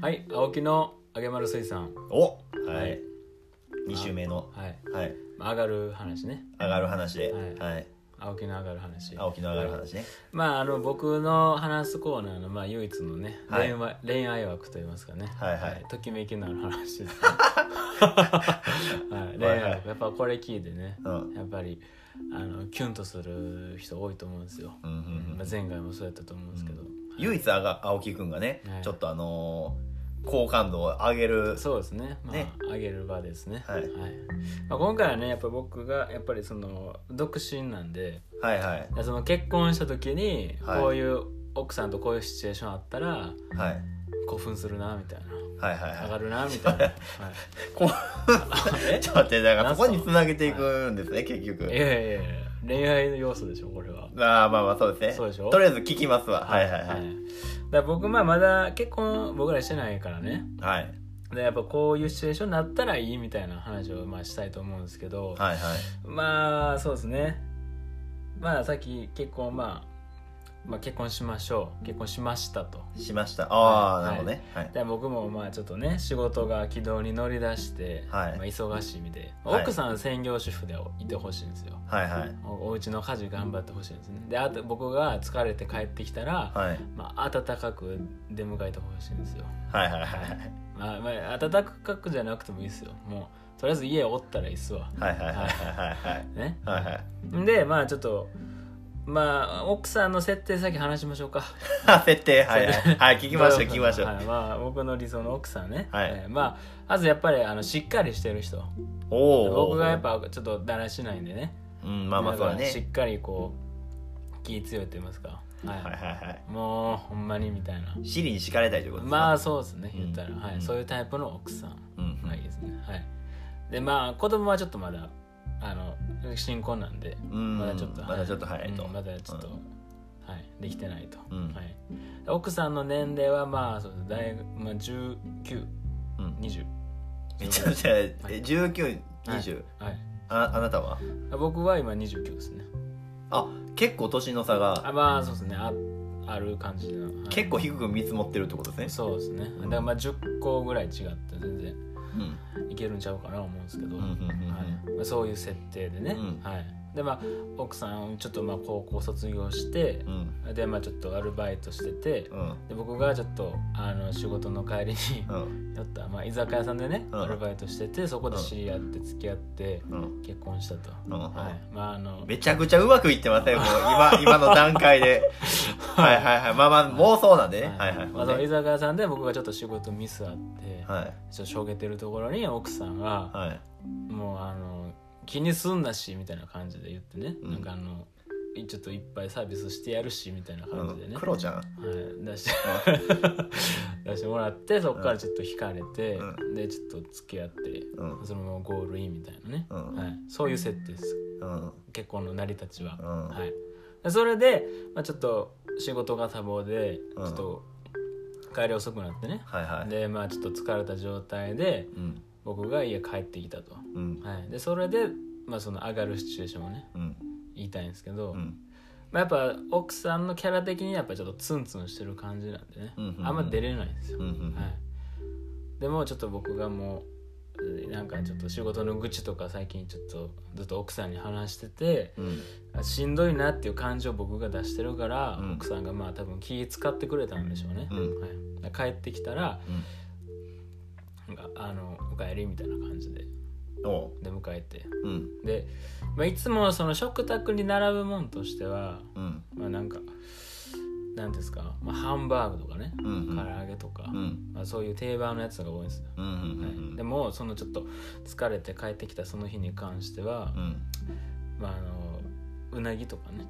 はい青木の揚げ丸水産おははいい2週目のはいはいまあ上がる話ね上がる話ではいはい青木の上がる話青木の上がる話ねまああの僕の話すコーナーの、まあ、唯一のね、はい恋愛恋愛枠といいますかね、はいはいときめきのある話 です、ねはい、恋愛枠やっぱこれ聞いてねうんやっぱりあのキュンとする人多いと思うんですよ、うんうんうんまあ、前回もそうやったと思うんですけど、唯一あが青木くんがねはいちょっとあのー好感度を上げるそうですね。まあ、ねあげる場ですね。はいまあ、今回はね、やっぱ僕が、やっぱりその、独身なんで、はいはいその結婚した時に、はいこういう、奥さんとこういうシチュエーションあったら、はい興奮するな、みたいはいはいな。上はがいるな、みたい な。はい、こうちょっと待ってだからなんすそかこに繋げていくんですね結局いやいやいや恋愛の要素でしょ、これは。あーまあまあそうですそうねでしょとりあえず聞きますわはいはいは。はだいいから僕、まあ、まだ結婚、僕らしてないからね。はいで、やっぱこういうシチュエーションになったらいいみたいな話を、まあ、したいと思うんですけど、はいはいまあそうですねまあさっき結婚まあ、まあ、結婚しましょう結婚しましたとしましたああはないるほどねはいで僕もまあちょっとね仕事が軌道に乗り出して、はいまあ、忙しい身で、はい奥さんは専業主婦でいてほしいんですよはいはいおお家の家事頑張ってほしいんですねであと僕が疲れて帰ってきたら、はいまあ、温かく出迎えてほしいんですよ、はいはいはいまあまあ、温かくじゃなくてもいいですよもうとりあえず家おったらいいっすわはいはいはいはいはいねはいはいでまあちょっとまあ奥さんの設定先話しましょうかあ設定はいはい設定はい聞きました聞きましはたいまあ僕の理想の奥さんね、はいえーまあまずやっぱりあのしっかりしてる人おお僕がやっぱちょっとだらしないんでねうんまあまあそうだだからしねっかりこう気強いと言いますか、はいはいはいはいもうほんまにみたいな尻に敷かれたいということですかまあそうですね言ったら、うんはうい、んそういうタイプの奥さんうんがいいですね、はいでまあ子供はちょっとまだあの新婚なんでうんまだちょっとまだちょっと早いとうんまだちょっと、うはいできてないと、うんはい、奥さんの年齢はまあそう大学、まあ、1920うんえちょっと19じゃあ1920はいああなたは僕は今29ですねあ結構年の差があまあそうですねあある感じの、はい結構低く見積もってるってことですねそうですねだからまあ10個ぐらい違って全然うんいけるんちゃうかな思うんですけど、うんうんうんうんはいまあ、そういう設定でね、うんはい、でまあ奥さんちょっとまあ高校卒業してう、んでまあちょっとアルバイトしてて、うんで僕がちょっとあの仕事の帰りにうんやった、まあ、居酒屋さんでね、うんアルバイトしててそこで知り合って付き合ってうん結婚したと、うんはいまああのめちゃくちゃうまくいってませんもう 今今の段階ではいはいはいまあまあ妄想なんでねはいはいまあ、その居酒屋さんで僕がちょっと仕事ミスあって、はいちょっとしょげてるところに奥さんがはい「もうあの気にすんなし」みたいな感じで言ってね、うんなんかあのいちょっといっぱいサービスしてやるしみたいな感じでね、黒ちゃんはい、出して 出してもらってそこからちょっと引かれて、うでちょっと付き合って、うんそのままゴールインみたいなね、うんはい、そういう設定ですうん結婚の成り立ちは、うんはい、でそれで、まあ、ちょっと仕事が多忙でちうょんっと帰り遅くなってね、はいはいでまあちょっと疲れた状態でうん僕が家帰ってきたと、うんはい、でそれで、まあ、その上がるシチュエーションをねうん言いたいんですけど、うんまあ、やっぱ奥さんのキャラ的にやっぱちょっとツンツンしてる感じなんでね、うんうんうんあんま出れないんですよ、うんうんはい、でもちょっと僕がもうなんかちょっと仕事の愚痴とか最近ちょっとずっと奥さんに話しててうんあしんどいなっていう感情を僕が出してるから、うん奥さんがまあ多分気使ってくれたんでしょうね、うんはい、だから帰ってきたらなんかあの「おかえり」みたいな感じでおう出迎えてうんで、まあ、いつもその食卓に並ぶもんとしてはうんまあなんかなんですか、まあ、ハンバーグとかねうんうん唐揚げとか、うんまあ、そういう定番のやつが多いんですよ、うんうんうはいんでもそのちょっと疲れて帰ってきたその日に関してはう、んまあ、あのうなぎとかね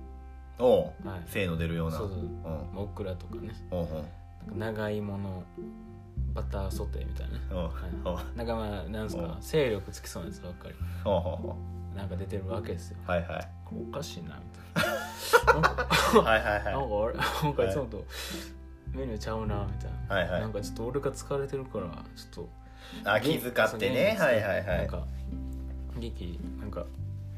おうはい精の出るようなそうそううんオクラとかねおうおうなんか長芋のバターソテーみたいなね、おう おうはい、なんかまあなんですか勢力つきそうなやつばっかりおうおうなんか出てるわけですよはいはいこれおかしいなみたいななんかはいはいなんかあはれなんかいつもとメニューちゃうなみたいな、はいはいなんかちょっと俺が疲れてるからちょっといあ気遣ってねそうはいはいはなんいか劇なんか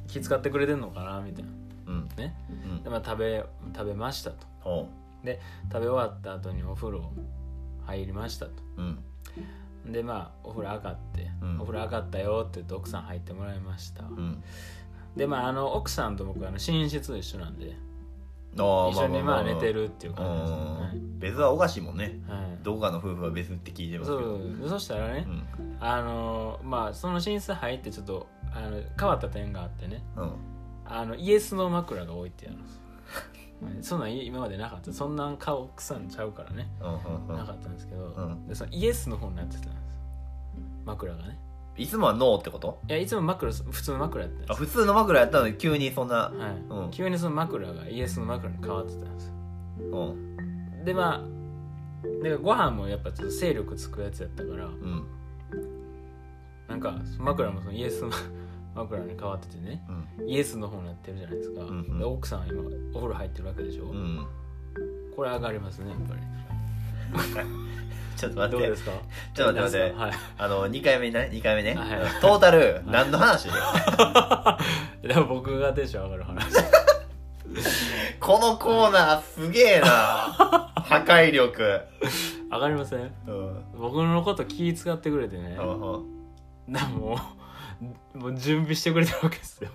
気遣ってくれてんのかなみたいなうんねうんで、まあ、食べ食べましたとおうで食べ終わった後にお風呂入りましたとうんでまあお風呂上がって、うんお風呂上がったよって言って奥さん入ってもらいました、うんでまああの奥さんと僕あの寝室一緒なんであー一緒にまあ寝てるるっていうう感じですねん別はおかしいもんねはい、はいどこかの夫婦は別って聞いてますそけうどそうそうそしたらね、うんあのまあその寝室入ってちょっとあの変わった点があってねうんあのイエスの枕が置いてあるん ですよそんなん今までなかったそんなん顔奥さんちゃうからねうんうんうなかんったんですけど、うんでそのイエスの方になってたんですよ枕がねいつもはノーってこといやいつも枕普通の枕やったんあです普通の枕やったのに急にそんなよ、はいうん急にその枕がイエスの枕に変わってたんですようんでまあでご飯もやっぱちょっと勢力つくやつやったからうんなんか枕もそのイエスの枕に変わっててねうんイエスの方になってるじゃないですか、んうんで奥さんは今お風呂入ってるわけでしょ、うんこれ上がりますねやっぱりちょっと待どっうてですかちょっと待ってはいあの2回目ね2回目ね、はいトータル何の話、でも僕がテンション上がる話このコーナーすげえな破壊力上がりませんうん僕のこと気使ってくれてね、うんなもうもう準備してくれたわけですよ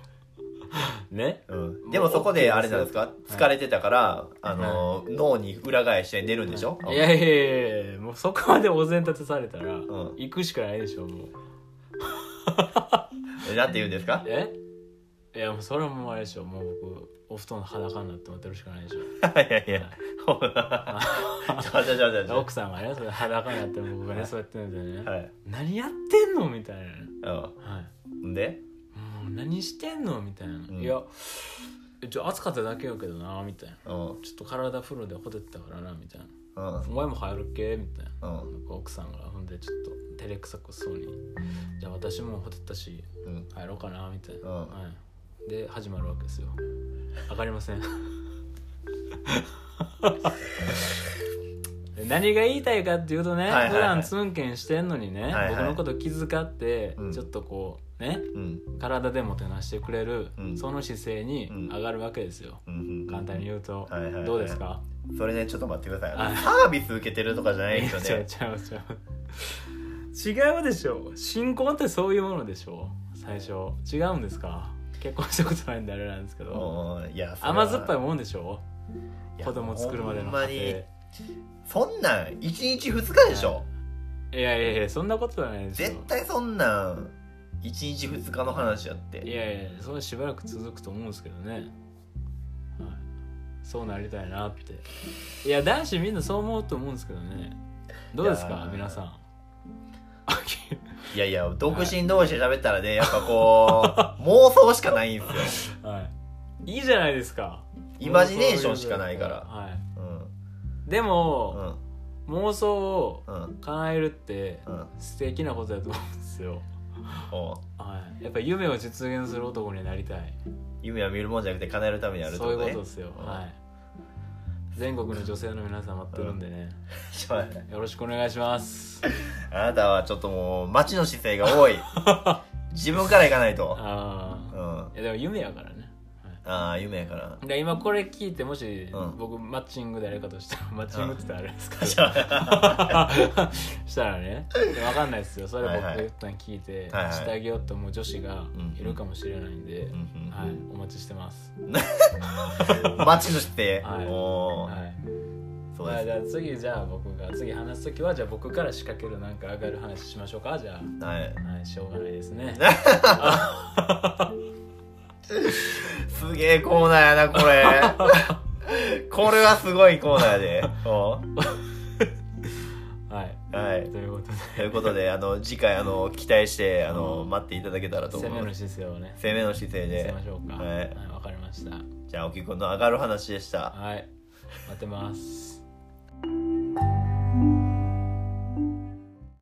ねうん、でもそこであれなんですか疲れてたから、あの脳に裏返して寝るんでしょ、いやいやいやいやもうそこまでお膳立てされたら、ん行くしかないでしょもうえなんて言うんですかえいやもうそれはもうあれでしょもう僕お布団裸になって待ってるしかないでしょいやいやほらちょちょちょちょちょ奥さんがねそれ裸になって僕がねそうやってるんでね、はい何やってんのみたいなね、はいうんでもう何してんのみたいな、んいやちょ暑かっただけやけどなみたいなうんうんちょっと体風呂でほてったからなみたいなうんお前も入るっけみたいなうんなんか奥さんがほんでちょっと照れくさくそうにじゃあ私もほてったしうん入ろうかなみたいな、うんはい、で始まるわけですよ上がりませ ん何が言いたいかっていうとね、いはいはい普段ツンケンしてんのにね、いはい僕のこと気遣って、うんちょっとこうねうん体でもてなしてくれる、うんその姿勢にうん上がるわけですよ、うん簡単に言うと、はいはいはいどうですかそれねちょっと待ってください、はいサービス受けてるとかじゃないですよいや違ねう違う違う違うでしょ新婚ってそういうものでしょ最初違うんですか結婚したことないんであれなんですけどうんいやそれは甘酸っぱいもんでしょいや子供作るまでのほんま家に庭そんなん1日2日でしょ、いやいやいやそんなことはないですよ絶対そんなん1日2日の話やっていやいやそれはしばらく続くと思うんですけどね、はい、そうなりたいなっていや男子みんなそう思うと思うんですけどねどうですいやかー皆さん あきいやいや、独身同士で喋ったらね、やっぱこう、妄想しかないんですよ。はいいいじゃないですかイマジネーションしかないから。はうん。い、でうも、ん。妄想をうん。叶えるってうん。素敵なことだと思うんですよ、おうはい、やっぱ夢を実現する男になりたい夢は見るもんじゃなくて叶えるためにやるってそういうことねで。すよ、うんはい全国の女性の皆さん待ってるんでね、 ちょっと待ってよろしくお願いし ますあなたはちょっともう、街の姿勢が 多い。自分から行かないと。あうん。ああいやでも夢やからねあー、夢やから。で今これ聞いてもし、うん僕マッチング誰かとしたらマッチングって言ったらあれですか、ちょは いしたらね分かんないですよそれ僕はいはがい一旦聞いてはいはいしてあげようと思う女子がうんいるかもしれないんで、うんはい、お待ちしてます、街の姿勢。はいおはーい、そうでじゃあ次じゃあ僕が次話す時はじゃあ僕から仕掛けるなんか上がる話しましょうかじゃす。はい。あ、はい、しょうがないです ねすげえコーナーやな、これ。 これはすごいコーナーで。おうはいはい。ということでということで、あの、次回、あの、期待して、あの、待っていただけたらと思攻めいのます。姿勢をね攻めの姿勢見せでま。しょうかはいはい、わかりましたじゃあ、おきくんの上がる話でした。はい待ってます